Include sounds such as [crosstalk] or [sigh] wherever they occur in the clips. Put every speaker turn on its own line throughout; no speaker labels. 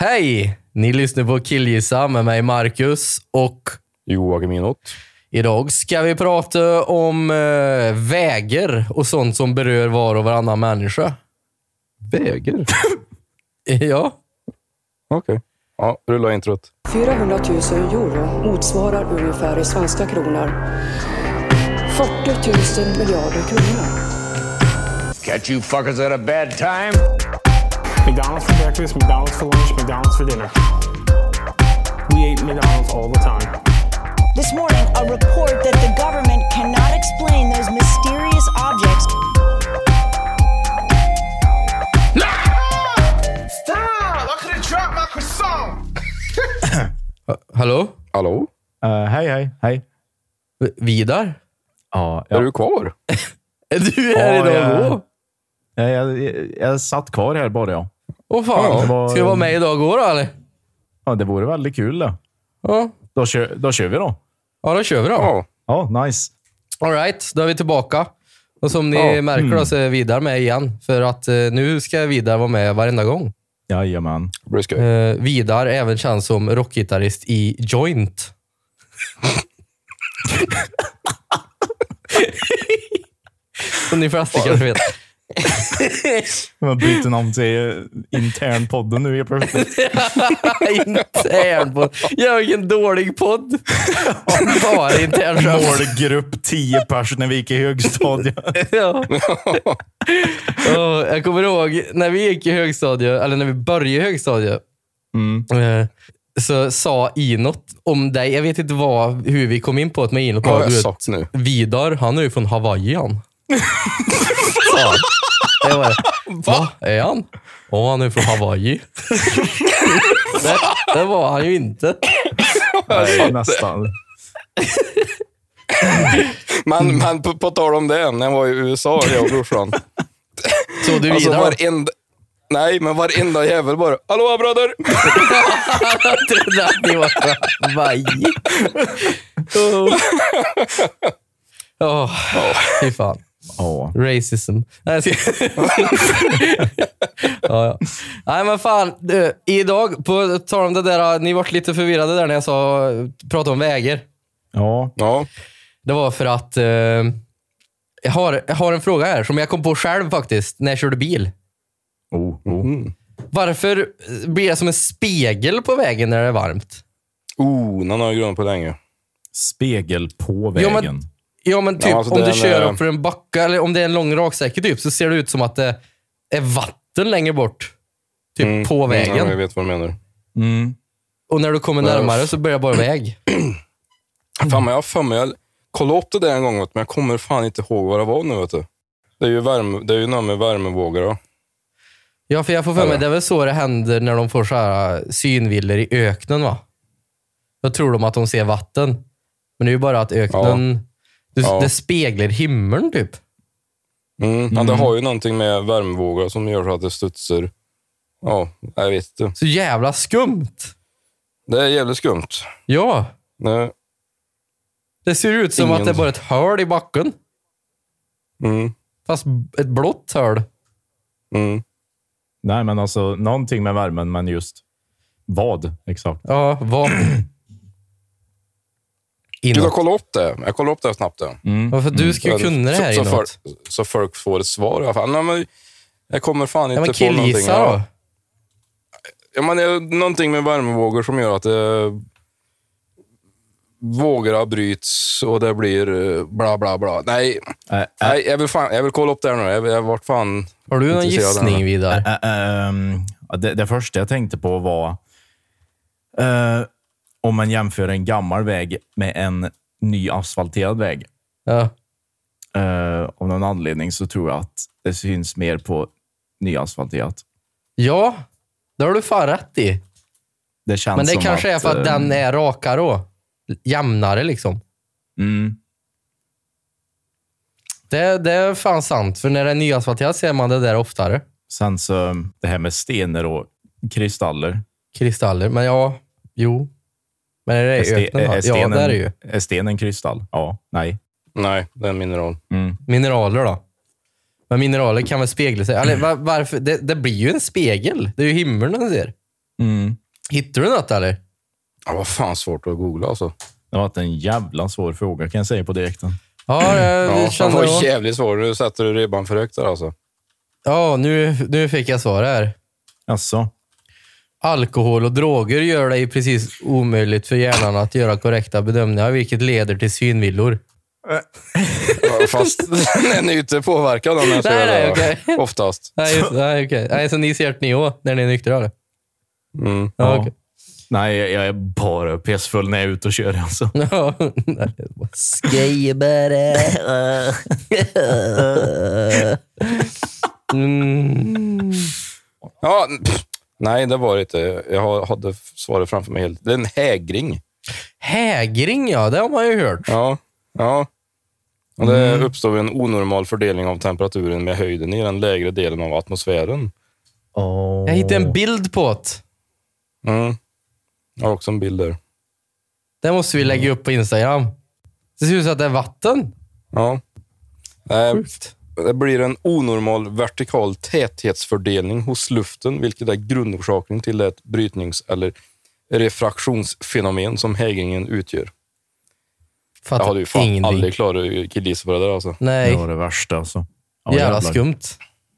Hej! Ni lyssnar på Killgissa med mig Marcus och
Joakim Enåt.
idag ska vi prata om eh, vägar och sånt som berör var och varannan människa.
Väger?
[laughs] Ja,
Okej. Ja, rulla introt.
400 000 euro motsvarar ungefär i svenska kronor 40 000 miljarder kronor.
Catch you fuckers at a bad time.
McDonald's for breakfast, McDonald's for lunch, McDonald's for dinner. We ate McDonald's all the time.
This morning, a report that the government cannot explain those mysterious objects
Stop! I could have dropped my croissant.
hallå?
Hallå?
Eh, hej, hej, hej.
V- Vidar? [laughs]
Ja,
Är
jag,
du kvar?
Är du här
Ja,
idag
jag-
då?
Eh, jag, jag, jag satt kvar här bara. Ja.
Åh fan,
Ja, det var-
ska du vara med idag då, då eller?
Ja, det vore väldigt kul det.
Ja.
Då kör, då kör vi då.
ja, då kör vi då.
Ja.
Ja, nice.
All right, då är vi tillbaka. Och som ni
Ja,
märker då så är Vidar med igen, för att eh, nu ska Vidar vara med varenda gång.
Jajamän.
Det blir skoj.
Eh, Vidar även känd som rockgitarrist i Joint. som ni flesta kanske vet.
Jag byter namn till internpodden nu helt plötsligt.
Internpodd. Ja, vilken dålig podd. Bara
[laughs]
internskämt.
[laughs] Målgrupp 10 personer när vi gick i [laughs] högstadiet.
Ja. Ja, jag kommer ihåg när vi gick i högstadiet, eller när vi började i högstadiet, eh, så sa Inot om dig, jag vet inte vad, hur vi kom in på det, men Inot
Vad
var
har
du vet,
jag sagt nu?
Vidar, han är ju från Hawaii [laughs] han. Sa han. Jag bara, Va? Är han? Ja, han är från Hawaii. det, det var han ju inte.
Nej, nästan.
Men, men på, på tal om det, när jag var i USA, jag [laughs] och brorsan.
Så du
Alltså
Vidar? [laughs]
varenda... Nej, men varenda jävel bara “Hallå bröder!”
Jag trodde att ni var från Hawaii. Åh, oh. fy fan.
Ja.
Racism. Nej, jag ska... ja, ja. Nej, men fan. Du, idag, på tal om det där, ni vart lite förvirrade där när jag sa, pratade om vägar.
Ja.
Ja,
Det var för att eh, jag, har, jag har en fråga här som jag kom på själv faktiskt när jag körde bil.
Oh, oh.
Mhm.
Varför eh, blir det som en spegel på vägen när det är varmt?
oh, någon har jag grönt på länge.
Spegel på
Ja,
vägen.
men- Ja, men typ
Ja, alltså
om du
den,
kör
eh,
upp för en backa eller om det är en lång raksträcka typ, så ser det ut som att det är vatten längre bort. Typ på vägen.
Mm. Ja, jag vet vad du menar.
Mm.
Och när du kommer
Nej,
närmare så [clears throat] börjar bara väg.
Fan, men jag har för mig, jag kollade upp det där en gång, vet du, men jag kommer fan inte ihåg vad det var nu. Vet du. Det är ju, värme, det är ju något med värmevågor. Ja.
Ja, för jag får för mig, det är väl så det händer när de får så här äh, synvillor i öknen va? Då tror de att de ser vatten. Men det är ju bara att öknen, Det,
Ja.
det speglar himlen typ.
Mm. Ja, det har ju någonting med värmevågor som gör så att det studsar. Ja, jag vet inte.
Så jävla skumt.
Det är jävligt skumt.
Ja,
Nej.
det ser ut som
Ingen-
att det är bara ett hål i backen.
Mm.
Fast ett blått hål.
Mm.
Nej, men alltså någonting med värmen, men just vad exakt?
Ja, vad... [clears throat]
Gud, jag
Inåt.
kollade upp det. Jag kollade upp det snabbt. Det.
Ja, för du ska ju kunna Mm. det här
så, så, folk,
inåt.
så folk får ett svar i alla fall. Nej, men, jag kommer fan
Ja,
inte
men
på någonting.
killgissa
Ja.
då.
Ja, men det är någonting med värmevågor som gör att det vågorna bryts och det blir eh, bla, bla, bla. Nej,
Äh, äh,
nej jag, vill fan, jag vill kolla upp det här nu. Jag, jag vart fan...
Har du någon
intresserad av det här.
gissning Vidar?
Ä- ehm, ja, det, det första jag tänkte på var eh, om man jämför en gammal väg med en ny asfalterad väg.
Ja.
Eh, av någon anledning så tror jag att det syns mer på nyasfalterat.
ja, det har du fan rätt i.
Det känns
Men det
som
kanske är för att
eh,
den är rakare och jämnare liksom.
Mm,
Det, det är fan sant, för när det är nyasfalterat ser man det där oftare.
sen så det här med stenar och kristaller.
Kristaller, men ja, jo. Men är det
ste-
öknen? då? Ja, det är det ju.
är stenen kristall? Ja, nej.
Nej, det är en
Mm.
mineral.
Mineraler då? Men mineraler kan väl spegla sig? Eller, va- varför? Det, det blir ju en spegel. Det är ju himlen den ser. Hittar du något eller?
Ja, vad fan svårt att googla alltså.
Det har varit en jävla svår fråga kan jag säga på direkten.
Ja, det
Ja, fan,
kände
det
jag.
var jävligt svårt. Nu sätter du ribban för högt där alltså.
Ja, nu, nu fick jag svar här.
Alltså,
Alkohol och droger gör det ju precis omöjligt för hjärnan att göra korrekta bedömningar, vilket leder till synvillor.
Ja, Fast [laughs] den är ju inte påverkad av den
Nej,
här tror jag,
nej,
då.
okej.
[laughs] Oftast.
Nej, just, nej, okej. nej, så ni ser det ni också, när ni är nyktra? eller?
Mm.
Ja,
Ja.
okej. [laughs]
nej, jag är bara pissfull när jag är ute och kör. Alltså.
Ja, nej, det var Skejbare. Mm.
Ja, pff, nej, det var det inte. Jag har- hade svaret framför mig helt. Det är en hägring.
Hägring, ja. Det har man ju hört.
Ja. ja. Och det
Mm.
uppstår vid en onormal fördelning av temperaturen med höjden i den lägre delen av atmosfären.
Jag hittade en bild på det.
Mm. Jag har också en bild där.
Det måste vi lägga upp på Instagram. Det ser ut som att det är vatten.
Ja. Nej, Det blir en onormal vertikal täthetsfördelning hos luften, vilket är grundorsaken till det brytnings eller refraktionsfenomen som hägringen utgör. Jag
Fattar
hade ju fan
Alltså ingenting.
aldrig klarat att killgissa på det där alltså.
Det
Nej,
var det värsta alltså. Ja,
jävla
jävlar.
skumt.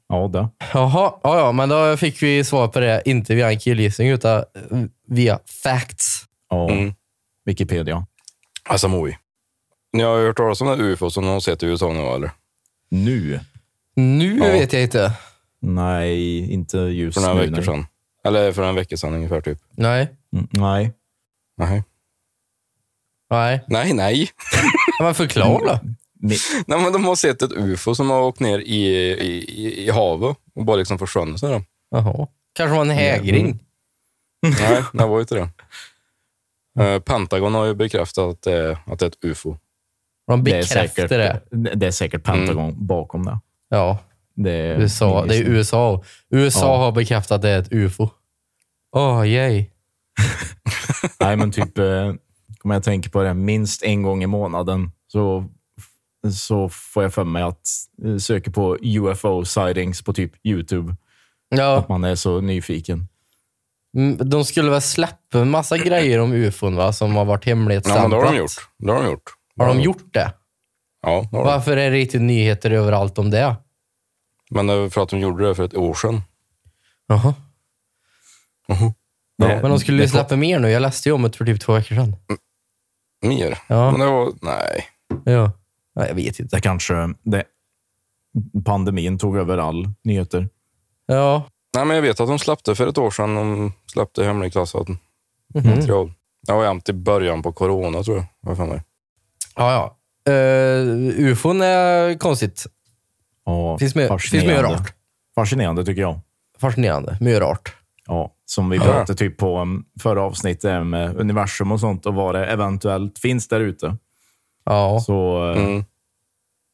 Ja, det.
Jaha, ja, ja, men då fick vi svar på det, inte via en killgissning, utan eh, via facts.
Ja.
Mm.
Wikipedia.
Alltså Moi. Ni har ju hört talas om den här ufo som de har sett i USA nu eller?
Nu?
Nu
Ja.
vet jag inte.
Nej, inte just
För några
nu.
veckor
nej.
sedan. Eller för en vecka sedan ungefär typ.
Nej.
Mm, nej.
Nej,
Nej.
nej. nej. [laughs]
Ja, Men förklara då.
Ni-
nej men de har sett ett ufo som har åkt ner i, i, i, i havet och bara liksom försvunnit. sådär.
Jaha. Kanske var en hägring. [laughs]
Nej, det var ju inte det. Eh, Pentagon har ju bekräftat att, det- att det är ett ufo.
De
Det är,
bekräftar
säkert,
det.
det är säkert Pentagon
Mm.
bakom det.
Ja,
Det är,
USA. Det är USA. USA
Ja.
har bekräftat att det är ett ufo. Åh, yay.
Nej, men typ, eh, om jag tänker på det, minst en gång i månaden så, så får jag för mig att eh, söka på UFO sightings på typ YouTube.
Ja,
Att man är så nyfiken.
mm, de skulle väl släppa en massa grejer om ufon va? som har varit
Ja, men
hemligstämplat.
det har de gjort. Det har de gjort.
Har de gjort det?
Ja, det har de.
Varför är det inte nyheter överallt om det?
Men det är för att de gjorde det för ett år sedan.
Jaha.
Det-
Men de skulle
det-
ju släppa mer nu. Jag läste ju om det för typ två veckor sedan.
Mer.
Ja.
Men det var, nej.
Ja. Nej, jag vet inte.
Det kanske... Det, pandemin tog över all nyheter.
Ja.
nej, men jag vet att de släppte för ett år sedan. De släppte hemligklassat
Mhm.
material. Det var jämt i början på corona tror jag. Vad fan är det?
Ja, ja. Eh, ufon är konstigt.
Ja,
Finns med-
fascinerande.
finns med rart.
Fascinerande tycker jag.
Fascinerande. Mycket rart.
Ja, som vi pratade typ på um, förra avsnittet eh, med universum och sånt och vad det eventuellt finns där ute.
Ja,
Så eh,
Mm.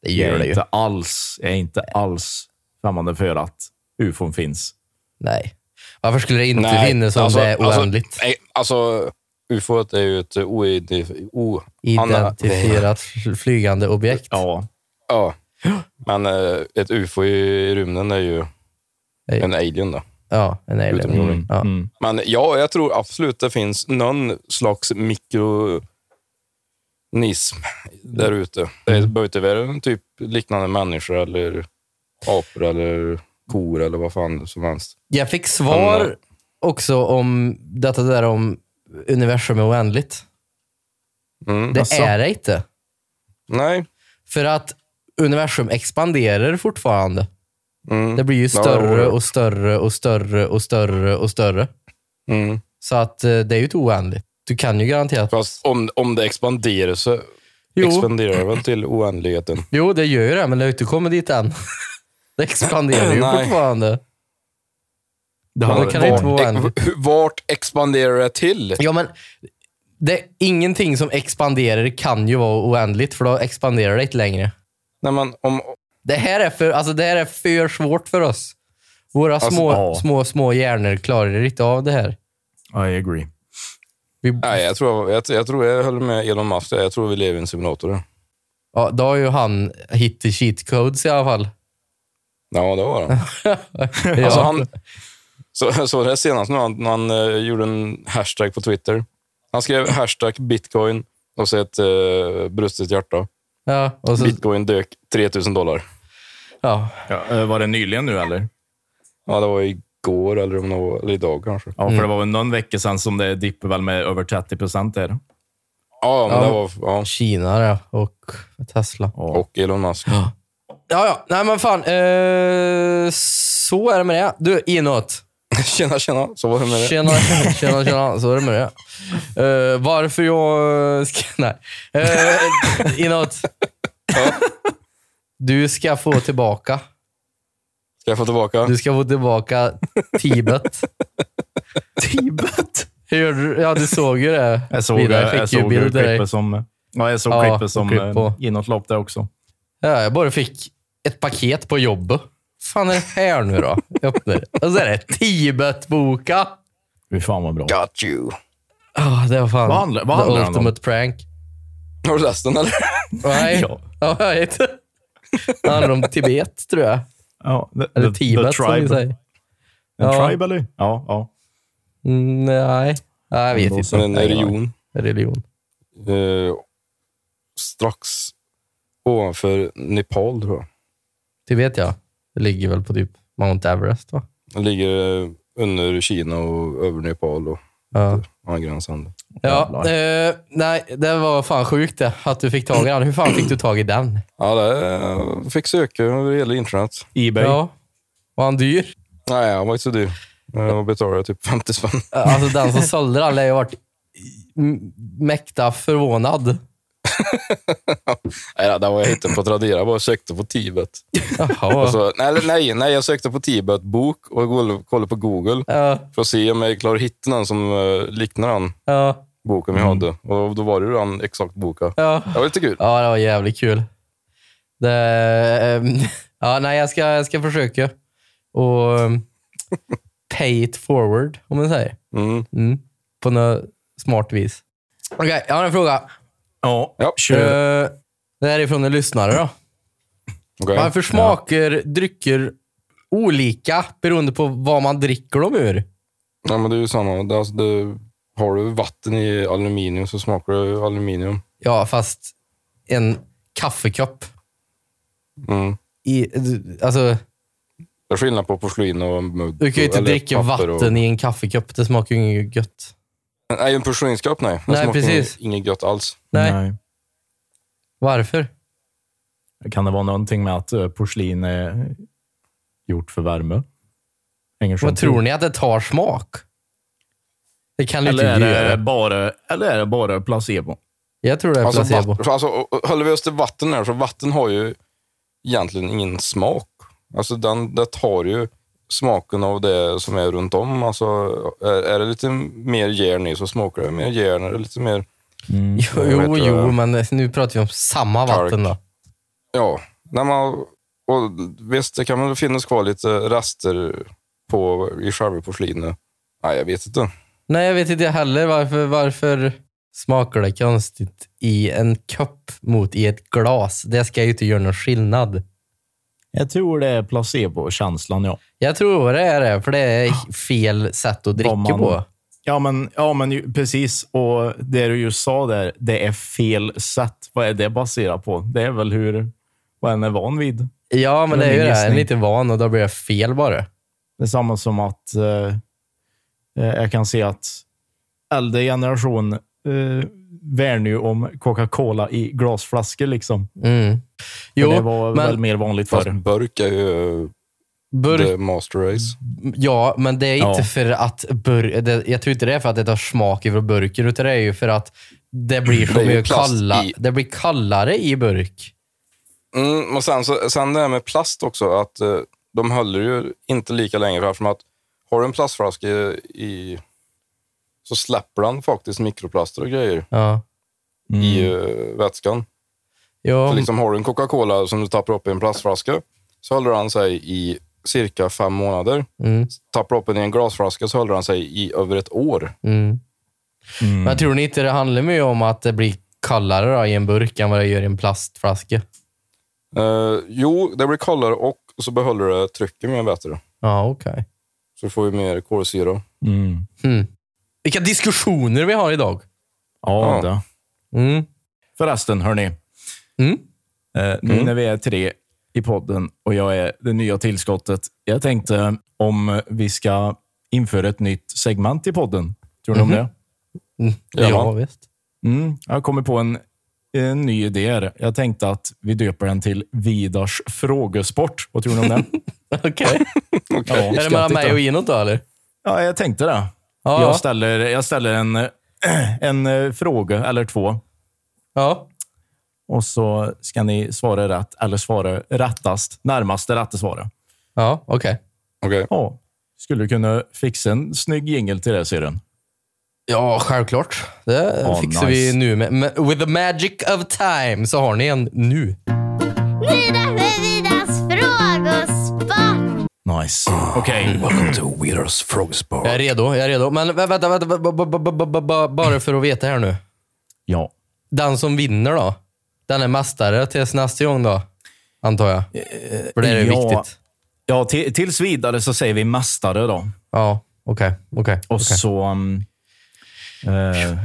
det
jag,
gör
är
det ju.
inte alls, jag är inte alls främmande för att ufon finns.
Nej. Varför skulle det inte
Nej,
finnas om
alltså-
det är
alltså-
oändligt?
nej, Alltså, ufot är ju ett oidentif- o... Anna-
Identifierat fl- flygande objekt.
Ja,
Ja. Men eh, ett ufo i rymden är ju en alien då.
Ja, en alien.
Utomjording.
Ja.
Men ja, jag tror absolut det finns någon slags mikronism där
Mm.
ute. Det behöver inte vara en typ liknande människor eller apor eller kor eller vad fan som helst.
Jag fick svar också om detta där om universum är oändligt.
Mm.
Det
Asså?
är det inte.
Nej.
För att universum expanderar fortfarande.
Mm.
Det blir ju
Ja,
större
ja.
och större och större och större och större.
Mm.
Så att eh, det är ju inte oändligt. Du kan ju garanterat...
Fast om, om det expanderar så
Jo.
expanderar det väl till oändligheten.
Jo, det gör ju det, men det har ju inte kommit dit än. [laughs] Det expanderar ju
Nej.
fortfarande.
det
Men
har
det kan ju inte
varit.
vara oändligt.
Ex- Vart expanderar det till?
Ja, men det, ingenting som expanderar kan ju vara oändligt, för då expanderar det inte längre.
När man, om,
Det här är för, alltså, det här är för svårt för oss. Våra
Alltså,
små,
ja.
små, små hjärnor klarar inte av det här.
I agree.
Vi,
nej, jag, tror, jag, jag tror jag håller med Elon Musk. där. Jag tror vi lever i en simulator.
ja, då har ju han hittat
[laughs]
cheat codes i alla fall.
Ja, det var det.
Ja.
Alltså han, Så, så det här senast nu, han, när han eh, gjorde en hashtag på Twitter. Han skrev hashtag bitcoin och så ett eh, brustet hjärta.
Ja, och så,
Bitcoin dök 3000 dollar.
ja.
Ja, eh, var det nyligen nu eller?
Ja, det var igår eller, om det var, eller idag kanske.
Ja, för det var väl någon vecka sedan som det dippade väl med över 30 procent där.
Ja, men
Ja.
det var... Ja.
Kina ja, och Tesla.
Och Elon Musk.
Ja, ja. Nej, men fan. Eh, så är det med det. Du, inåt.
[laughs] tjena, tjena. Så var det med det.
Tjena, tjena, tjena. Så är det med det. Eh, varför jag... Ska, [laughs] nej. Eh, inåt. Du ska få tillbaka.
Ska jag få tillbaka?
Du ska få tillbaka Tibet.
[laughs] Tibet?
Hörde du? Ja, du såg ju det.
Jag såg, eh,
Vidar
jag, jag
skickade ju
såg
bild till dig.
klippet som, ja, jag såg
Ja,
klippet som
klipp på.
eh, inåtlopp där också.
Ja, jag bara fick ett paket på jobbet. fan är det här nu då? Jag öppnar det. Och så är det Tibet-boka.
Fy fan vad bra.
Got you.
Ah, det var fan
Vad handlar- vad handlar
the
den om?
ultimate prank.
Har du läst den eller?
Nej.
Ja.
Ja, jag vet. Det handlar om Tibet, tror jag.
Ja, the,
Eller
the- the
Tibet, som vi
tribe.
säger.
The
Ja.
tribe eller? Ja, ja.
Mm, nej. nej, jag vet
Då
inte.
så.
En religion.
Religion.
Eh, strax ovanför Nepal, tror jag.
Tibet, ja. Det ligger väl på typ Mount Everest, va?
Den ligger eh, under Kina och över Nepal och
Ja.
angränsande.
ja eh, nej, det var fan sjukt det, att du fick tag i den. Hur fan fick du tag i den?
Ja, det eh, fick söka över hela internet.
Ebay.
Ja. Var han dyr?
Nej, han var inte så dyr. Jag betalade typ 50 spänn.
Alltså den som sålde den lär ju ha varit m- mäkta förvånad.
Nej, det var jag hittade på Tradera. Jag bara sökte på Tibet. Och
Jaha.
så, nej, eller nej, nej, jag sökte på Tibet-bok och koll- kollade på Google
Ja,
för att se om jag klarar att hitta någon som eh, liknar den
ja,
boken vi hade. Och då var det ju den exakt boka.
ja.
Det var lite kul.
Ja, det var jävligt kul. Det, ehm, ja, nej, jag ska, jag ska försöka och ehm, pay it forward, om man säger.
Mm.
Mm. På något smart vis. Okej, jag har en fråga.
Ja,
Ja.
kör.
Eh, det här är från en lyssnare. Då.
Okej.
Varför smakar drycker olika beroende på vad man dricker dem ur?
Ja, men det är ju samma. Det, alltså, det, har du vatten i aluminium så smakar det aluminium.
Ja, fast en kaffekopp.
Mm.
I, alltså,
Det är skillnad på porslin och mugg.
du kan ju inte
eller
dricka
papper
vatten
och-
i en kaffekopp. Det smakar ju inget gött.
Nej, en porslinskopp, nej. Det
Nej,
smakar
precis.
Inget gött alls.
Nej. Varför?
Kan det vara någonting med att eh, porslin är gjort för värme? Hänger typ
Vad tror ni att det tar smak? Det kan det
Eller
inte
är det,
göra.
bara, eller är det bara placebo?
Jag tror det är
Alltså,
placebo.
vatten, alltså, och- och håller vi oss till vatten här, så vatten har ju egentligen ingen smak. Alltså, den, det tar ju smaken av det som är runt om. Alltså, är, är det lite mer järn i så smakar det mer järn. Är det lite mer...
Jo,
jag
jo,
vet det.
jo, men nu pratar vi om samma
Kalk.
vatten då.
Ja, när man, och visst, det kan väl finnas kvar lite rester på, i själva porslinet. Nej, jag vet inte.
Nej, jag vet inte heller varför, varför smakar det konstigt i en kopp mot i ett glas. Det ska ju inte göra någon skillnad.
Jag tror det är placebo-känslan, ja.
Jag tror det är det, för det är fel sätt att dricka
Om Ah. man-
på.
Ja, men, ja, men ju, precis. Och det du just sa där, det är fel sätt. Vad är det baserat på? Det är väl hur vad en är van vid.
Ja, men
Det
det är
var
ju
min
det. En
gissning.
är inte van och då blir det fel bara.
Det är samma som att eh, eh, jag kan se att äldre generation eh, värnar ju om Coca-Cola i glasflaskor. Liksom.
Mm.
Jo, det
Jo,
var väl
men
mer vanligt
Fast
förr.
burk är ju
burk
the master race.
Ja, men det är inte
Ja.
för att bur- det, Jag tror inte det är för att det tar smak ifrån burken, utan det är ju för att det blir, så
Det är ju
mycket
plast
kalla,
i.
det blir kallare i burk.
Mm, och sen, så, sen det här med plast också, att eh, de håller ju inte lika länge. För att har du en plastflaska i, så släpper den faktiskt mikroplaster och grejer
Ja.
i eh, vätskan.
Jo,
Så liksom har du en Coca-Cola som du tappar upp i en plastflaska så håller han sig i cirka fem månader.
Mm.
Tappar upp den i en glasflaska så håller han sig i över ett år.
mm.
Mm.
Men tror ni inte det handlar mycket om att det blir kallare då, i en burk än vad det gör i en plastflaska?
Eh, jo, det blir kallare och så behåller det trycket mer bättre.
Ja, okej.
Så får vi mer kolsyra.
Vilka diskussioner vi har idag.
Ja,
Ja.
det.
Mm.
Förresten, hörni.
Mm.
Eh, nu när vi är tre i podden och jag är det nya tillskottet. Jag tänkte om vi ska införa ett nytt segment i podden. Tror ni om det?
Ja,
Ja.
visst.
Mm, jag har kommit på en, en ny idé. här. Jag tänkte att vi döper den till Vidars frågesport. Vad tror ni om det?
[laughs] Okej.
ja,
Är det mellan mig och Inot då, eller?
[laughs] Ja, jag tänkte det.
Ja.
Jag ställer, jag ställer en, [clears throat] eh, en eh, fråga eller två
Ja.
och så ska ni svara rätt eller svara rättast, närmast det rätta svaret.
Ja, okej.
Okej.
Ja, skulle du kunna fixa en snygg jingel till det, ser du?
Ja, självklart. Det
Ja,
fixar
nice.
vi nu. Med, med, with the magic of time så har ni en nu.
Vidar med Vidars frågesport.
Nice. Okej.
Jag är redo. Jag är redo. Men vä- vänta, vänta, ba- ba- ba- ba- ba- ba- ba- bara för att veta här nu.
Ja.
Den som vinner då, den är mästare tills nästa gång då, antar jag. För det är ju
ja.
viktigt.
Ja, till, tills vidare så säger vi mästare då.
Ja, okej. okej,
Och
okej.
så... Um, eh,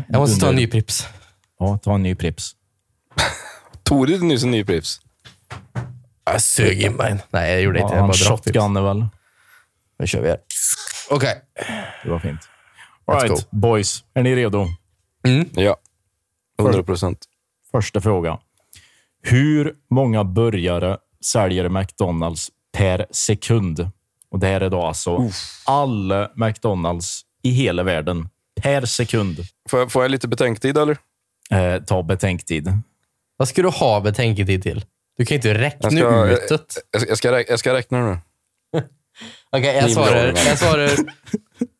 Jag måste ta en
under-
ny prips.
Ja, ta en ny Prips.
Tog du nyss en ny Pripps?
Jag sög in mig. Nej, jag gjorde inte.
Ja,
Jag
en
bara drack prips.
shotgun är väl?
Nu kör vi här. Okej.
Det var fint.
Let's
All right, boys. Är ni redo?
Ja. 100 procent.
Första fråga. Hur många burgare säljer McDonalds per sekund? Och Det här är då alltså alla McDonalds i hela världen per sekund.
Får, jag- får jag lite betänktid eller?
Eh, ta betänktid.
Vad ska du ha betänketid till? Du kan ju inte räkna
Jag ska-
ut det. Okej,
Jag, ska- jag, ska, räk- jag ska räkna nu.
jag
Ni blir
svarar.
av med
Jag svarar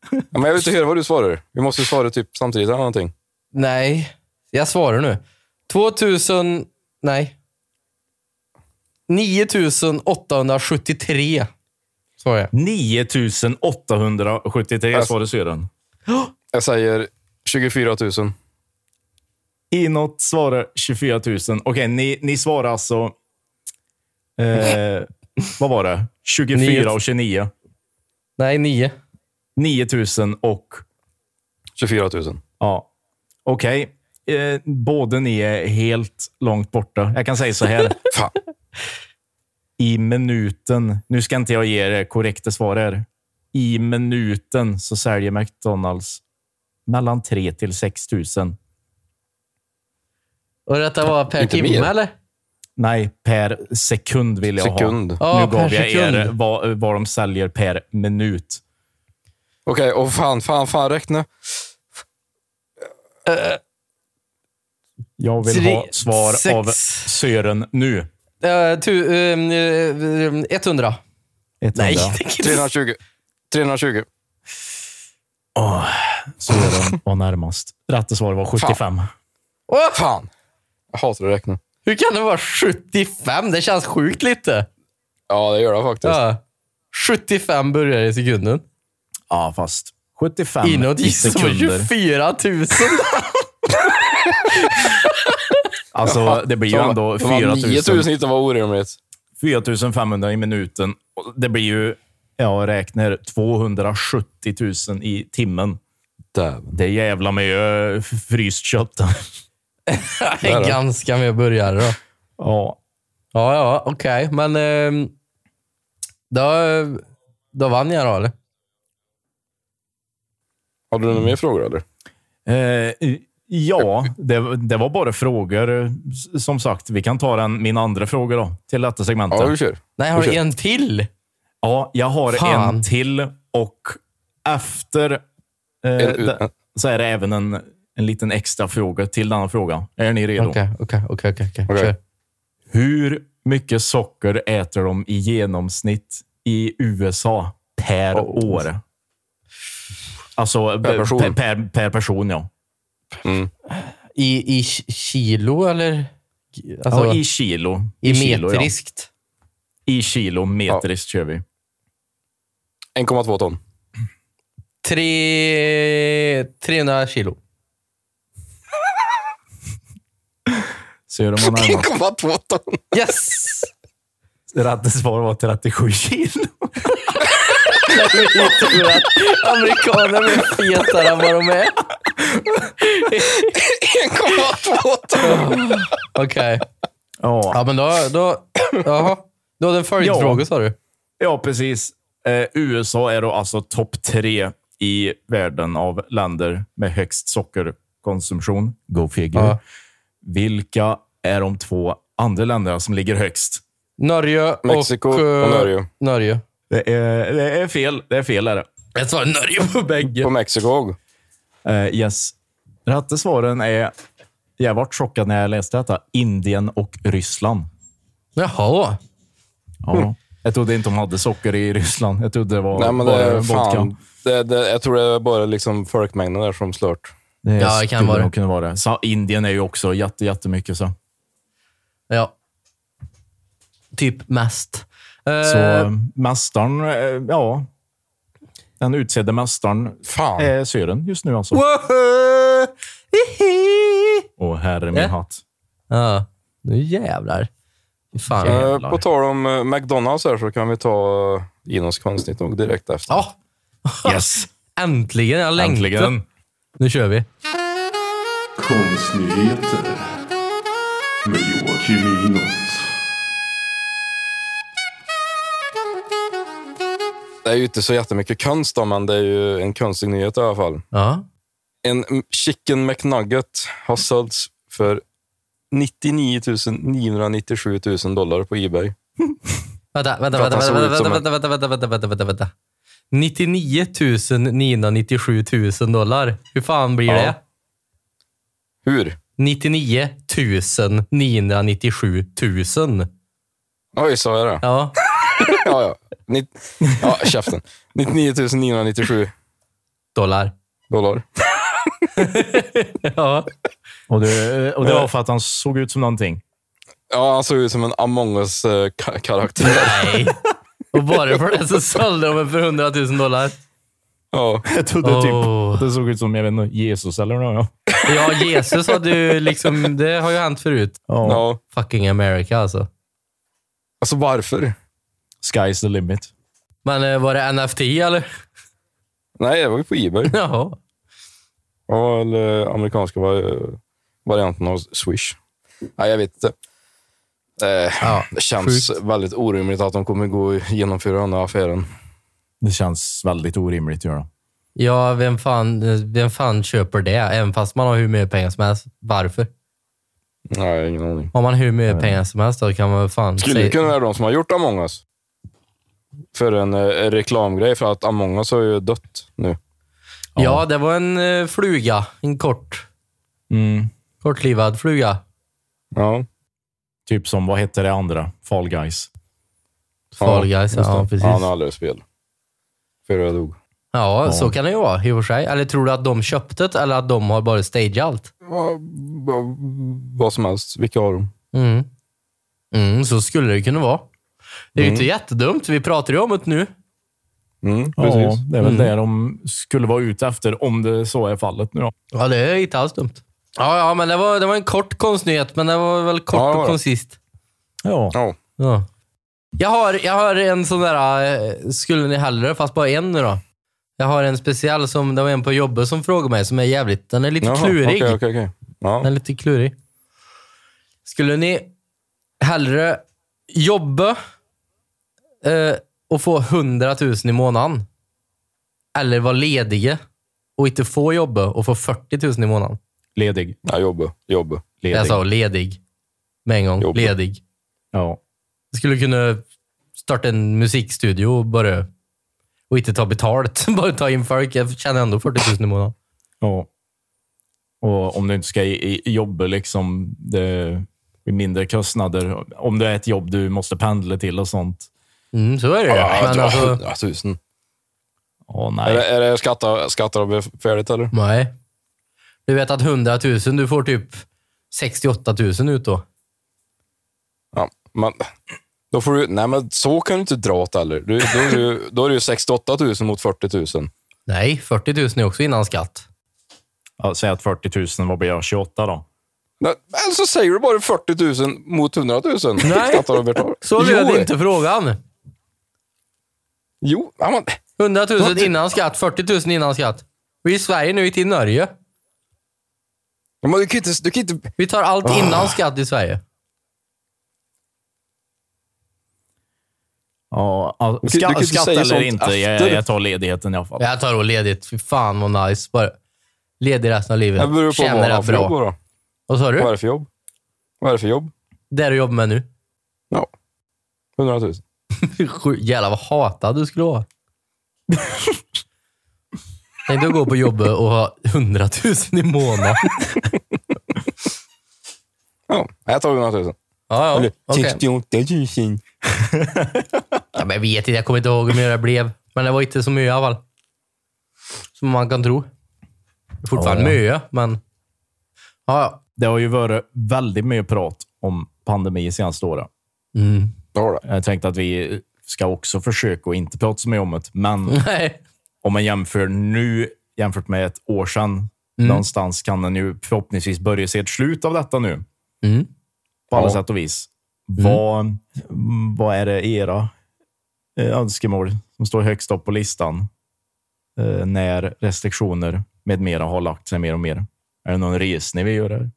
Ja, men jag vill inte höra vad du svarar. Vi måste svara typ samtidigt eller någonting.
nej. Jag svarar nu. 2000... Nej. 9873 svarar jag.
9873 svarade Sören.
Jag säger 24 000.
Inåt svarar 24 000. Okej, ni, ni svarar alltså... Eh, vad var det? 24 och 29.
Nej, 9.
9 000 och
24 000.
Ja, okej. Eh, båda ni är helt långt borta. Jag kan säga så här.
Fan.
I minuten, nu ska inte jag ge er korrekta svar här. I minuten så säljer McDonalds mellan 3 till 6 000.
Och detta var per
Inte
timme,
mer.
eller?
Nej, per sekund vill jag
Sekund.
ha.
Ja,
nu
per
gav jag er
sekund.
vad, vad de säljer per minut.
Okej, och fan, fan, fan,
[laughs]
räkna.
Jag vill
Tre-
ha svar
sex.
av Sören nu.
Eh, tu, ehm, ehm, 100.
100.
Nej, det kan inte-
320. 320.
Sören var närmast. Rätta svar var 75.
Åh,
Fan. Jag hatar att räkna.
hur kan det vara 75? Det känns sjukt lite.
Ja, det gör det faktiskt.
Ja. 75 burgare i sekunden.
Ja, fast 75
Inåt
i
gissar på
sekunder.
24 000.
[laughs] Alltså, det blir ju
Så
ändå
det var
4 000
9000 inte var orimligt.
4500 i minuten. Och Det blir ju, jag räknar 270 000 i timmen. Det är jävla med ö, fryst kött. [laughs]
Det är ganska mycket burgare då.
Ja,
Ja, ja, okej. Men ehm, då, då vann jag då, eller?
Har du några mer frågor eller?
eh, ja det, det var bara frågor. S- Som sagt, vi kan ta den, min andra fråga då, till detta segmentet.
Ja, vi kör.
Nej, jag har
Okej.
en till.
Ja, jag har
Fan.
en till och efter eh,
En-
d- så är det även en, en liten extra fråga till denna fråga. Är ni redo?
Okej, okej, okej. okej, okej.
Okej.
Kör.
Hur mycket socker äter de i genomsnitt i USA per år? Alltså per
person.
Per, per, per person, ja.
mm.
I, I ki- kilo, eller? Alltså,
ja. I
i,
kilo. kilo,
metriskt?
Ja. I kilo, metriskt kör vi.
1,2 ton.
Tre, 300 kilo.
Ser [laughs] du man närmast?
1,2 ton.
Yes!
[laughs] Rätt svar var 37 kilo.
Vi tror att amerikaner är fetare än vad de är.
1,2 ton!
Okej. Ja,
Ja,
men då... då jaha. Du hade en följdfråga, sa du?
ja precis. Eh, USA är då alltså topp tre i världen av länder med högst sockerkonsumtion. Go figure.
Ja.
Vilka är de två andra länderna som ligger högst?
Norge och...
Mexiko och
eh,
Norge.
Norge.
Det är, det är fel. Det är fel. Är det.
Jag svarar Norge på bägge.
På Mexiko.
Eh, yes. Rätta svaren är... Jag vart chockad när jag läste detta. Indien och Ryssland.
Jaha.
Ja. Jag trodde inte de hade socker i Ryssland. Jag trodde det var
Mm. Nej, men det
bara
är
vodka.
fan. Det, det, jag tror det är bara liksom folkmängden där som slört.
Det
Ja, det kan
skulle
vara det.
nog kunna vara det. Så Indien är ju också jätte, jättemycket så.
Ja. Typ mest. Eh,
Så eh, mästaren, eh, ja. Den utsedde mästaren
Fan.
är syren just nu alltså.
Woho! Hihi!
Och här är min
Ja.
hatt.
Ja, nu jävlar. Fy Fan.
Ja.
Eh,
jävlar.
På tal om eh, McDonalds här så kan vi ta eh, Ginos konstigt nog direkt efter.
Ja,
Yes!
äntligen. Jag längtar.
Äntligen.
Nu kör vi.
Konstnyheter med Joakim Inot.
Det är ju inte så jättemycket konst då, men det är ju en konstig nyhet i alla fall.
Ja.
En m- chicken McNugget har sålts för 99 997 000 dollar på Ebay.
Vänta, vänta,
För att
vänta,
han
vänta,
såg ut
vänta,
som
vänta, vänta, vänta, vänta, vänta, vänta, vänta. 99 997 000 dollar. Hur fan blir
Ja.
det?
Hur?
99 997 000.
Oj, sa jag det?
Ja.
Ja, ja. Ni, ja käften. 99 997
Dollar.
dollar.
Ja.
Och det, eh, och det
Eh.
var för att han såg ut som någonting.
Ja, han såg ut som en among eh, us-karaktär.
[laughs]
Nej. Och bara för det så sålde de den för 100 000 dollar.
Ja.
Jag trodde
Oh.
typ att det såg ut som jag vet inte, Jesus eller något.
Ja, Jesus har du liksom... Det har ju hänt förut.
Ja.
ja.
Fucking America alltså.
Alltså varför?
Sky's the limit.
Men eh, var det NFT eller? [laughs]
Nej, det var ju på Ebay.
Jaha.
Ja, eller amerikanska var- eh, varianten av Swish. Nej, jag vet inte. Eh,
Ja,
det känns
sjukt.
väldigt orimligt att de kommer gå och genomföra den här affären.
Det känns väldigt orimligt att göra.
Ja, vem fan, eh, vem fan köper det? Även fast man har hur mycket pengar som helst. Varför?
Nej, ingen aning.
Har man hur mycket pengar som helst då kan man väl fan...
Skulle det kunna vara de som har gjort Among us. För en eh, reklamgrej, för att Among us har ju dött nu.
Ja, det var en eh, fluga. En kort,
Mm.
kortlivad fluga.
Ja,
Typ som, vad hette det andra? Fall Guys.
Fall Guys.
just det.
Ja, precis.
Ja, han har aldrig spel. Före jag dog.
Ja,
Ja.
så kan det ju vara i och för sig. Eller tror du att de köpte det eller att de har bara stageat?
Ja, va- vad som helst. Vilka har de?
Mm. Mm, så skulle det kunna vara. Det är ju inte jättedumt. Vi pratar ju om det nu.
Mm,
Ja,
precis.
det är väl det de skulle vara ute efter om det så är fallet nu då.
Ja, det är inte alls dumt. Ja, ja men det var, det var en kort konstnyhet, men det var väl kort
Ja, det var
och
det.
koncist.
Ja.
Ja.
Ja. Jag, har, jag har en sån där, eh, skulle ni hellre, fast bara en nu då. Jag har en speciell, som, det var en på jobbet som frågade mig, som är jävligt, den är lite
Jaha,
klurig.
Okej, okej, okej.
Den
Ja.
är lite klurig. Skulle ni hellre jobba eh, och få 100 000 i månaden? Eller vara lediga och inte få jobba och få 40 000 i månaden?
Ledig.
Ja, jobba, jobba.
Ledig.
Jag sa ledig med en gång.
Jobba.
Ledig.
Ja.
Jag skulle kunna starta en musikstudio och bara och inte ta betalt. [laughs] Bara ta in folk. Jag tjänar ändå 40 000 i månaden.
ja. Och om du inte ska i- i- jobba liksom, det blir mindre kostnader. Om det är ett jobb du måste pendla till och sånt.
Mm, så är det ju. Men alltså,
100 000.
Åh
Är det,
nej.
är det skattar, skattar och färdigt eller?
nej. Du vet att 100 000, du får typ 68 000 ut då.
Ja, men då får du, nej men så kan du inte dra åt heller. Du, då, är du, då är det ju 68 000 mot 40 000.
Nej, 40 000 är också innan skatt.
Ja, säg att 40 000, vad blir jag? 28 då?
Nej, Eller så säger du bara 40 000 mot 100 000.
Nej. [laughs]
Skattar och betalt.
Så
Jo,
löd inte frågan.
Jo, ja, men,
100 000 innan skatt, 40 000 innan skatt. Vi är i Sverige nu, vi är till Norge.
Men du kan inte... Du kan inte...
Vi tar
Ah.
allt innan skatt i Sverige.
Ja, all,
Du kan- du kan
ska,
inte
skatt
säga
eller
sånt
inte, jag,
efter.
jag tar ledigheten i alla fall.
Jag tar då ledigt. Fy fan vad nice. Bara ledig resten av livet.
Det beror på vad
Känner
han har
att
för jobb
bra.
då.
Vad sa
Vad är
du?
det för jobb? Vad är det för jobb?
Det du jobbar med nu. [laughs]
Ja. 100 000.
Sju- Jävlar vad hatad du skulle vara. Tänk dig att gå på jobbet och ha 100 000 i månaden.
Ja, jag tar 100 000.
Ja, ja.
typ-
okej.
68 000.
Ja, men jag vet inte, jag kommer inte ihåg hur mycket det blev. Men det var inte så mycket i alla fall. Som man kan tro. Fortfarande
Ja, ja.
mycket, men... [laughs] Ja, ja.
Det har ju varit väldigt mycket prat om pandemi senaste året.
Mm.
Det har det.
Jag tänkte att vi ska också försöka att inte prata så mycket om det, men
Nej.
om man jämför nu jämfört med ett år sedan,
Mm.
någonstans kan den ju förhoppningsvis börja se ett slut av detta nu.
Mm.
På alla
Ja.
sätt och vis. Vad, vad är det era eh, önskemål som står högst upp på listan eh, när restriktioner med mera har lagt sig mer och mer? Är det någon res ni vill göra? eller?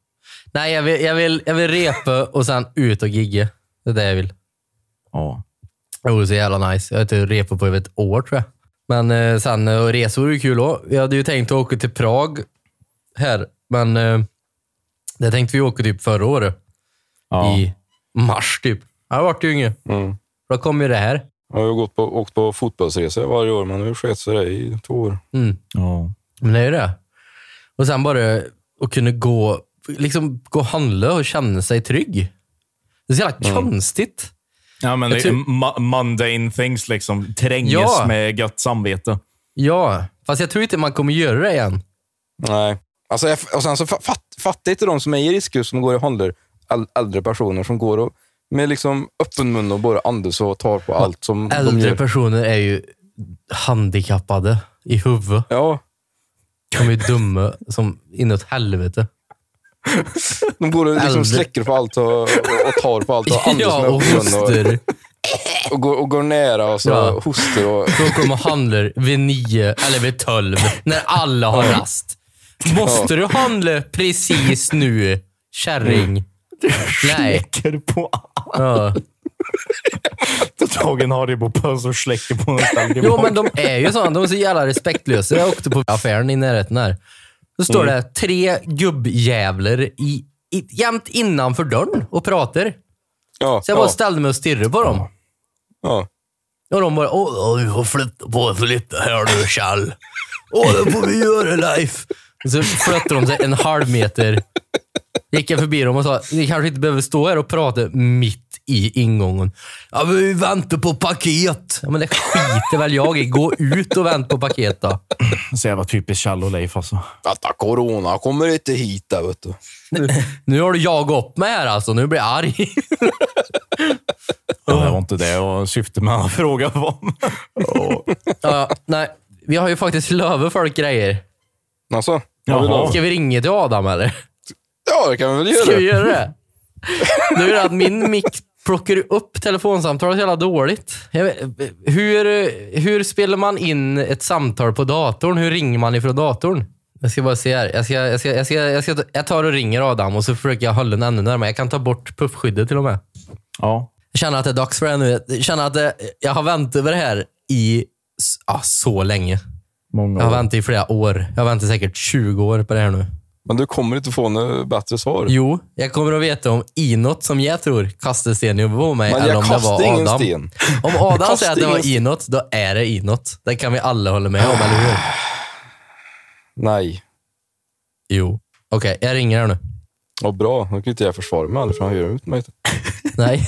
Nej, jag vill, jag, vill, jag vill repa och sen ut och gigga. Det är det jag vill.
Ja.
Det vore så jävla nice. Jag har inte repat på över ett år tror jag. Men eh, sen, eh, och resor är ju kul också. Vi hade ju tänkt att åka till Prag här, men eh, det tänkte vi åka typ förra året.
Ja.
I mars typ. Ja, Det vart ju inget.
Mm.
Då kom ju det här.
Jag har ju gått på, åkt på fotbollsresor varje år, men nu sket sig det i två år.
ja.
Men det är ju det. Och sen bara att kunna gå, liksom, gå och handla och känna sig trygg. Det är så jävla konstigt.
Ja, men
Jag
det,
tror-
ma- mundane things liksom tränges
Ja.
med gött samvete.
Ja, fast jag tror inte man kommer göra det igen.
Nej. Alltså, jag, och sen så fa- fatt, fattar inte de som är i riskhus som går i handlar, äl- äldre personer som går och med liksom öppen mun och bara andas och tar på allt som de
Äldre
gör.
personer är ju handikappade i huvudet.
Ja,
De är ju dumma som inåt helvete.
de går och
Äldre.
liksom släcker på allt och, och, och tar
[laughs]
på allt och andas
Ja,
med
och
öppen mun och,
hostar.
och, går, och går nära och så
Ja.
hostar. Och,
Då åker de och handlar vid nio eller vid tolv, när alla har rast. Måste du handla precis nu, kärring? Nej.
[laughs] Släcker på
Ja.
dagen har det på pös och släcker på nostalgi.
Jo, men de är ju sådana. De är så jävla respektlösa. Jag åkte på affären i närheten här. Då står det tre gubbjävlar i, i, jämt innanför dörren och pratar.
ja,
Så jag bara
ja,
ställde mig och stirrade på dem.
ja.
Och de bara, åh, åh, vi får flytta på oss lite här nu, Kjell. Åh, det får vi göra, Leif. Och så flyttade de sig en halv meter. Gick jag förbi dem och sa, ni kanske inte behöver stå här och prata mitt i ingången. Ja, men vi väntar på paket. Ja, men det skiter väl jag i. Gå ut och vänta på paket då.
Så jävla typiskt Kjell och Leif alltså.
Vänta, corona kommer inte hit där, vet du.
Nu har du jagat upp mig här alltså. Nu blir jag arg. [laughs]
Ja, det var inte det jag syftade med att fråga var.
Ja, nej, vi har ju faktiskt lovat folk grejer.
Alltså, har vi
Jaha.
någon-
Ska vi ringa till Adam eller?
ja, det kan vi väl göra.
Ska vi göra det? Nu är det att min mick plockar upp telefonsamtalet så jävla dåligt. Jag vet, hur, hur spelar man in ett samtal på datorn? Hur ringer man ifrån datorn? Jag ska bara se här. Jag, ska, jag, ska, jag, ska, jag, ska, jag tar och ringer Adam och så försöker jag hålla den ännu närmare. Jag kan ta bort puffskyddet till och med.
Ja.
Jag känner att det är dags för det nu. Jag känner att det, jag har väntat på det här i s- ja, så länge. Jag
Många
har
år.
väntat i flera år. Jag har väntat säkert 20 år på det här nu.
Men du kommer inte få något bättre svar.
Jo, jag kommer att veta om Inot, som jag tror, kastade sten på mig,
Men
eller
jag
om det var
kastar ingen
Adam.
sten. [laughs]
Om Adam
kastar
säger att det
ingen
var
sten.
Inot, då är det Inot. Det kan vi alla hålla med om, eller hur?
Nej.
Jo. Okej, jag ringer här nu.
Ja, bra. Då kan inte jag försvara mig heller, för han gör ut mig. [laughs]
Nej.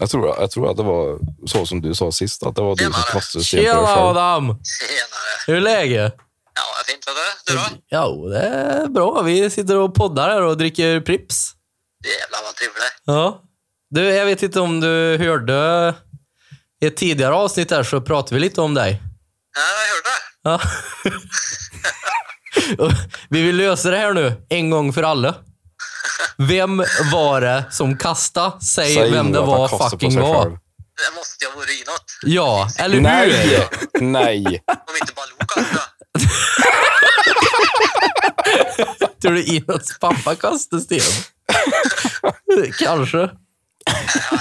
Jag tror, jag tror att det var så som du sa sist, att det var du som kastade sten på dig
Tjena
själv.
Adam!
Tjenare!
Hur är läget?
Ja, vad fint vet du. Du då?
Jo, det är bra. Vi sitter och poddar här och dricker Prips.
Jävlar vad trevligt.
Ja. Du, jag vet inte om du hörde i ett tidigare avsnitt här så pratade vi lite om dig.
Ja, jag hörde det.
Ja. Och Vi vill lösa det här nu, en gång för alla. Vem var det som kastade? Säg,
Säg
vem
nu
det
att han
var
kastade på
fucking
sig
var.
själv.
Det måste jag vore i något.
Ja, eller hur?
Nej, nej.
Om inte alltså. Baloo kastar.
Tror du Inots pappa kastade sten? Kanske.
Nej,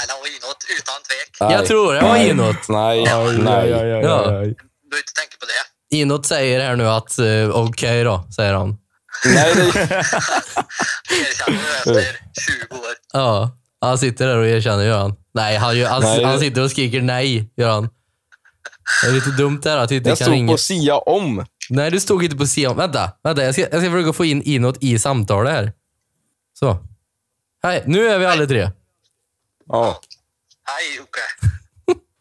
det var inåt utan tvek.
Jag tror det var
Nej.
inåt.
Nej,
Aj, aj,
nej.
aj, aj, aj.
Du behöver inte tänka på det.
Inåt säger här nu att eh, okej då, säger han.
Nej,
[laughs]
Det erkänner du
Eh.
efter 20 år.
Ja, han sitter där och erkänner, gör han. Nej, han, gör- han,
Nej.
han sitter och skriker nej, gör han. Det är lite dumt det här att vi inte
Jag
kan
stod
ringa.
på sia om.
Nej, du stod inte på sidan. Vänta, vänta jag, ska, jag ska försöka få in inåt i samtalet här. Så. Hej, nu är vi alla tre.
Ja.
Hej Jocke.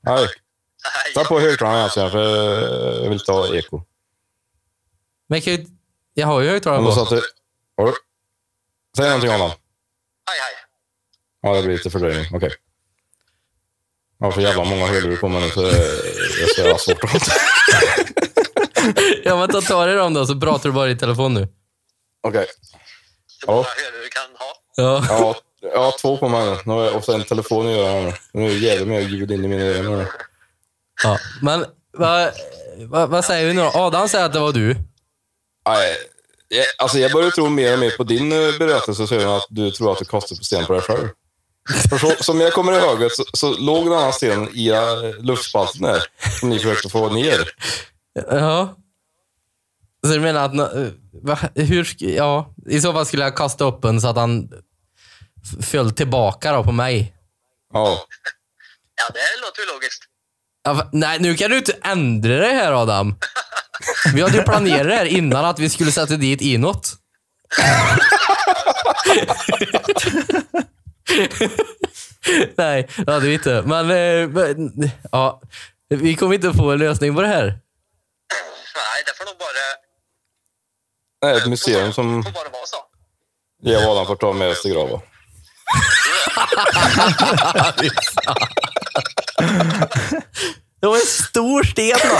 Nej.
Hej.
Ta på högtalarna alltså, jag för- jag vill ta eko.
Men jag, kan ju, jag har ju högtalaren på.
Men så att du... Har du- Säg någonting om honom.
Hej, hej.
Ja, det blir lite fördröjning. Okej. Jag har för jävla många hörlurar på mig nu så jag ska ha svårt att...
Ja, men ta tag i dem då, så pratar du bara i telefon nu.
[laughs] Okej. Ja.
Hur många hörlurar du kan ha.
Ja.
Ja, jag har två på mig nu. Nu har jag- och sen telefonen gör jag nu. Nu är det jävligt mycket ljud in i mina öron. nu.
ja. Men vad vad- vad säger vi nu då? Adam säger att det var du.
Nej, jag- Alltså jag börjar tro mer och mer på din eh, berättelse Sören, att du tror att du kastar på sten på dig själv. För så, som jag kommer ihåg det, så, så låg den här stenen i eh, luftspalten där, som ni försökte få ner.
Ja. Så du menar att... nå- Va? Hur, sk- ja. I så fall skulle jag kasta upp den så att han f- föll tillbaka då på mig.
Ja.
Ja, det låter ju logiskt.
Ja, va- Nej, nu kan du inte ändra det här Adam. Vi hade ju planerat det här innan att vi skulle sätta dit inåt. Nej, det hade vi inte. Men, eh, men ja, vi kommer inte få en lösning på det här.
Nej, det får nog bara,
Det är ett museum som
får bara vara så.
jag och Adam får ta med oss till graven.
Det var en stor sten då.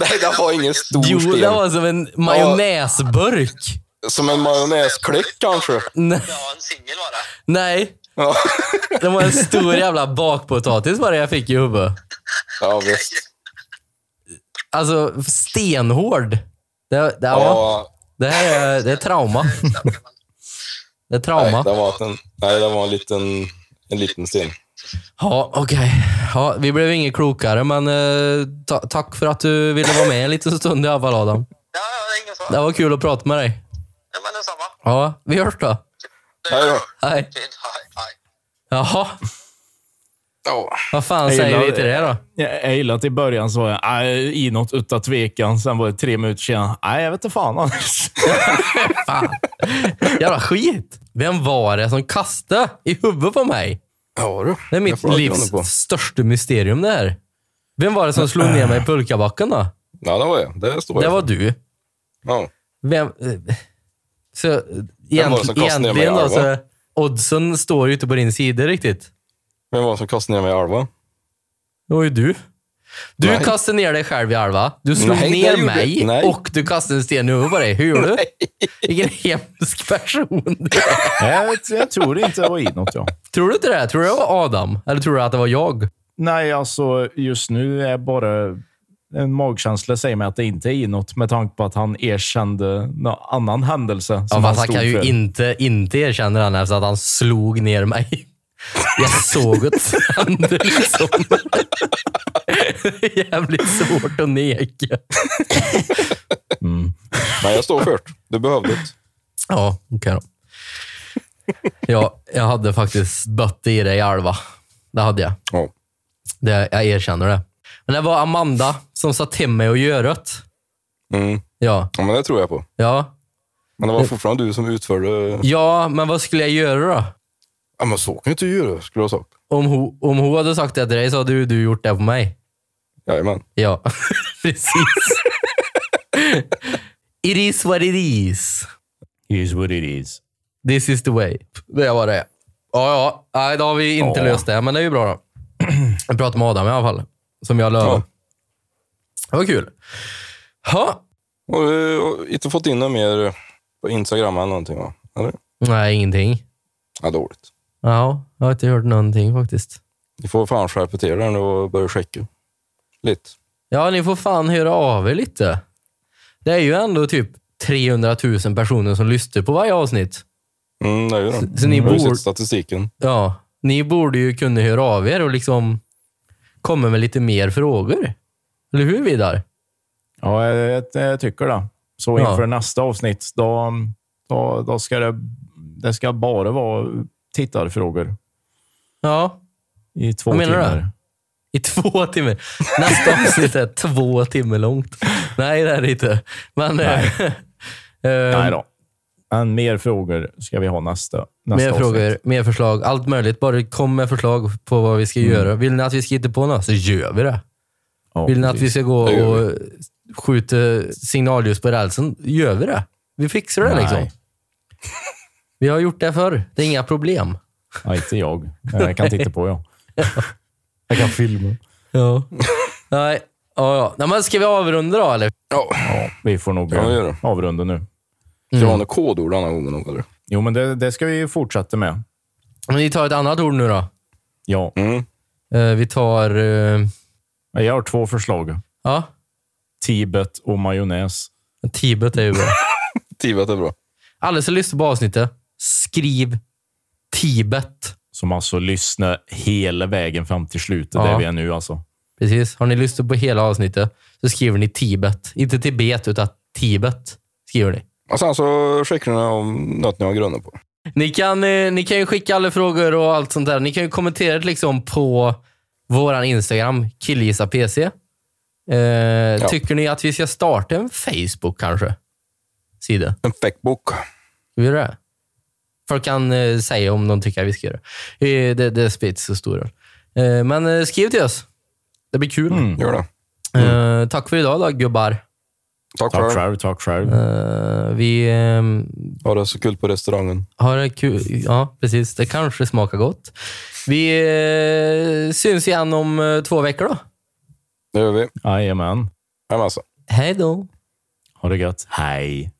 Nej, det var ingen stor
Jo,
sten.
det var som en majonnäsburk.
Som en majonnäsklick kanske.
Nej,
Ja, en singel bara. [laughs]
nej,
Ja,
det var en stor jävla bakpotatis var det jag fick i huvudet.
ja visst.
Alltså, stenhård. Det, det, ja.
Ja,
det här är, det är trauma. Det är
nej, det
trauma.
var en, nej, det var en liten, en liten sten.
Ja, okej. Ja, vi blev inget klokare, men eh, ta- tack för att du ville vara med en liten stund i alla fall, Adam.
Ja, ja, det är ingen fara.
Det var kul att prata med dig.
Ja, men detsamma.
Ja, vi hörs då.
Nej, då.
Hej.
Fint. Hej, hej.
Jaha,
Ja.
vad fan
Jag
säger
gillar
vi till det då?
Jag, jag gillar att i början så var jag äh, "Nej, inåt utan tvekan. Sen var det tre minuter senare. Nej, jag vet inte fan Anders.
Fan. Jävla skit. Vem var det som kastade i huvudet på mig?
Ja, du.
Det är
Jag
mitt
får aldrig
livs
hålla på.
största mysterium det här. Vem var det som slog ner mig i pulkabacken då?
Ja, det var jag. Det står
Det
jag
var
för.
du.
Ja.
Vem... eh, Så
Vem var det som
egent-
kastade ner mig i
egentligen då, så
Alva?
oddsen står ju inte på din sida riktigt.
Vem var det som kastade ner mig i Alva?
Det var ju du. Du
Nej.
kastade ner dig själv i Alva. Du slog
Nej, det
ner
gjorde-
mig
nej.
och du kastade en sten i huvudet på dig. Hur gjorde du? Vilken hemsk person du är.
[laughs] jag, jag tror inte det var inåt. Ja.
Tror du inte det? Tror du det var Adam? Eller tror du att det var jag?
Nej, alltså just nu är bara en magkänsla säger mig att det inte är inåt med tanke på att han erkände någon annan händelse som
Ja,
han
fast han
stod
kan ju
för.
inte, inte erkänna den här, så att han slog ner mig. Jag såg att det hände
[laughs]
liksom. Det är Jävligt svårt att neka.
Nej, jag står för det. Du behövde det.
Ja, okej då. Ja, jag hade faktiskt bött i dig, Alva. Det hade jag.
Ja.
Det, jag erkänner det. Men det var Amanda som sa till mig att göra det.
Mm.
Ja,
ja, men det tror jag på.
ja.
Men det var fortfarande du som utförde...
Ja, men vad skulle jag göra då?
Ja, men så kan du inte göra, skulle du ha sagt.
Om hon, om hon hade sagt det till dig så hade ju du gjort det på mig.
Jajamän.
Ja, [laughs] precis. it is what it is.
Here's what it is.
This is the way. Det var det. Ja, ja. Nej, då har vi inte
Ja.
löst det, men det är ju bra då. [clears throat] Jag pratade med Adam i alla fall, som jag lovade.
Ja.
Det var kul. Ha.
Och, eh, och inte fått in något mer på Instagram eller någonting, va? Eller?
Nej, ingenting.
Ja, dåligt.
Ja, jag har inte hört någonting faktiskt.
Ni får fan skärpa till er nu och börja checka. Lite.
Ja, ni får fan höra av er lite. Det är ju ändå typ 300 000 personer som lyssnar på varje avsnitt.
Mm, det är ju det.
så ni
Jag har ju
bor-
sett statistiken.
Ja, ni borde ju kunna höra av er och liksom komma med lite mer frågor. Eller hur, Vidar?
Ja, jag, jag, jag tycker det. Så
Ja.
inför nästa avsnitt, då, då, då ska det, det ska bara vara tittarfrågor
Ja,
i två
vad menar
timmar.
du? I två timmar. Nästa avsnitt är två timmar långt. Nej, det är det inte. Men,
Nej.
eh,
Nej då. Men mer frågor ska vi ha nästa, nästa
Mer
avsnitt.
frågor, mer förslag, allt möjligt. Bara kom med förslag på vad vi ska
Mm.
göra. Vill ni att vi ska hitta på något, så gör vi det.
Ja,
Vill ni att
precis.
vi ska gå
Det gör
och skjuta signalljus på rälsen, gör vi det. Vi fixar det
Nej.
liksom. Vi har gjort det förr. Det är inga problem.
Nej, inte jag. Men Jag kan titta
[laughs]
på, ja. Jag kan filma.
Ja. [laughs] Nej. Ja, ja. Nej, men ska vi avrunda då, eller?
Ja.
Vi får nog
Ja, vi gör
eh,
det.
avrunda nu.
Ska
Mm.
vi ha några kodord den här gången? nog, Eller?
Jo, men det, det ska vi ju fortsätta med.
Men vi tar ett annat ord nu då.
Ja.
Mm.
Eh, Vi tar... eh,
Jag har två förslag.
Ja,
Tibet och majonnäs.
Tibet är ju bra.
Tibet är bra.
Alla som lyssnar på avsnittet, skriv Tibet.
Som alltså lyssnar hela vägen fram till slutet,
Ja.
där vi är nu alltså.
Precis. Har ni lyssnat på hela avsnittet så skriver ni Tibet. Inte Tibet, utan Tibet skriver ni.
Och sen så skickar ni om något ni har grunnar på.
Ni kan, eh, ni kan ju skicka alla frågor och allt sånt där. Ni kan ju kommentera det liksom på vår Instagram, killgissa PC. Eh, Tycker ni att vi ska starta en Facebook kanske? Sida?
En fackbok.
Ska vi göra det? Folk kan eh, säga om de tycker att vi ska göra det. Eh, det. Det spelar inte så stor roll. Eh, men eh, skriv till oss. Det blir kul.
Gör det.
Eh, tack för idag då, gubbar.
Tack,
Tack
själv.
själv, tack själv.
Eh, vi ehm,
Ha det så kul på restaurangen.
har det kul. Ja, precis. Det kanske smakar gott. Vi eh, syns igen om eh, två veckor då.
Det gör vi.
Jajamän.
Jajamensan.
Hej då.
Ha det gött. Hej.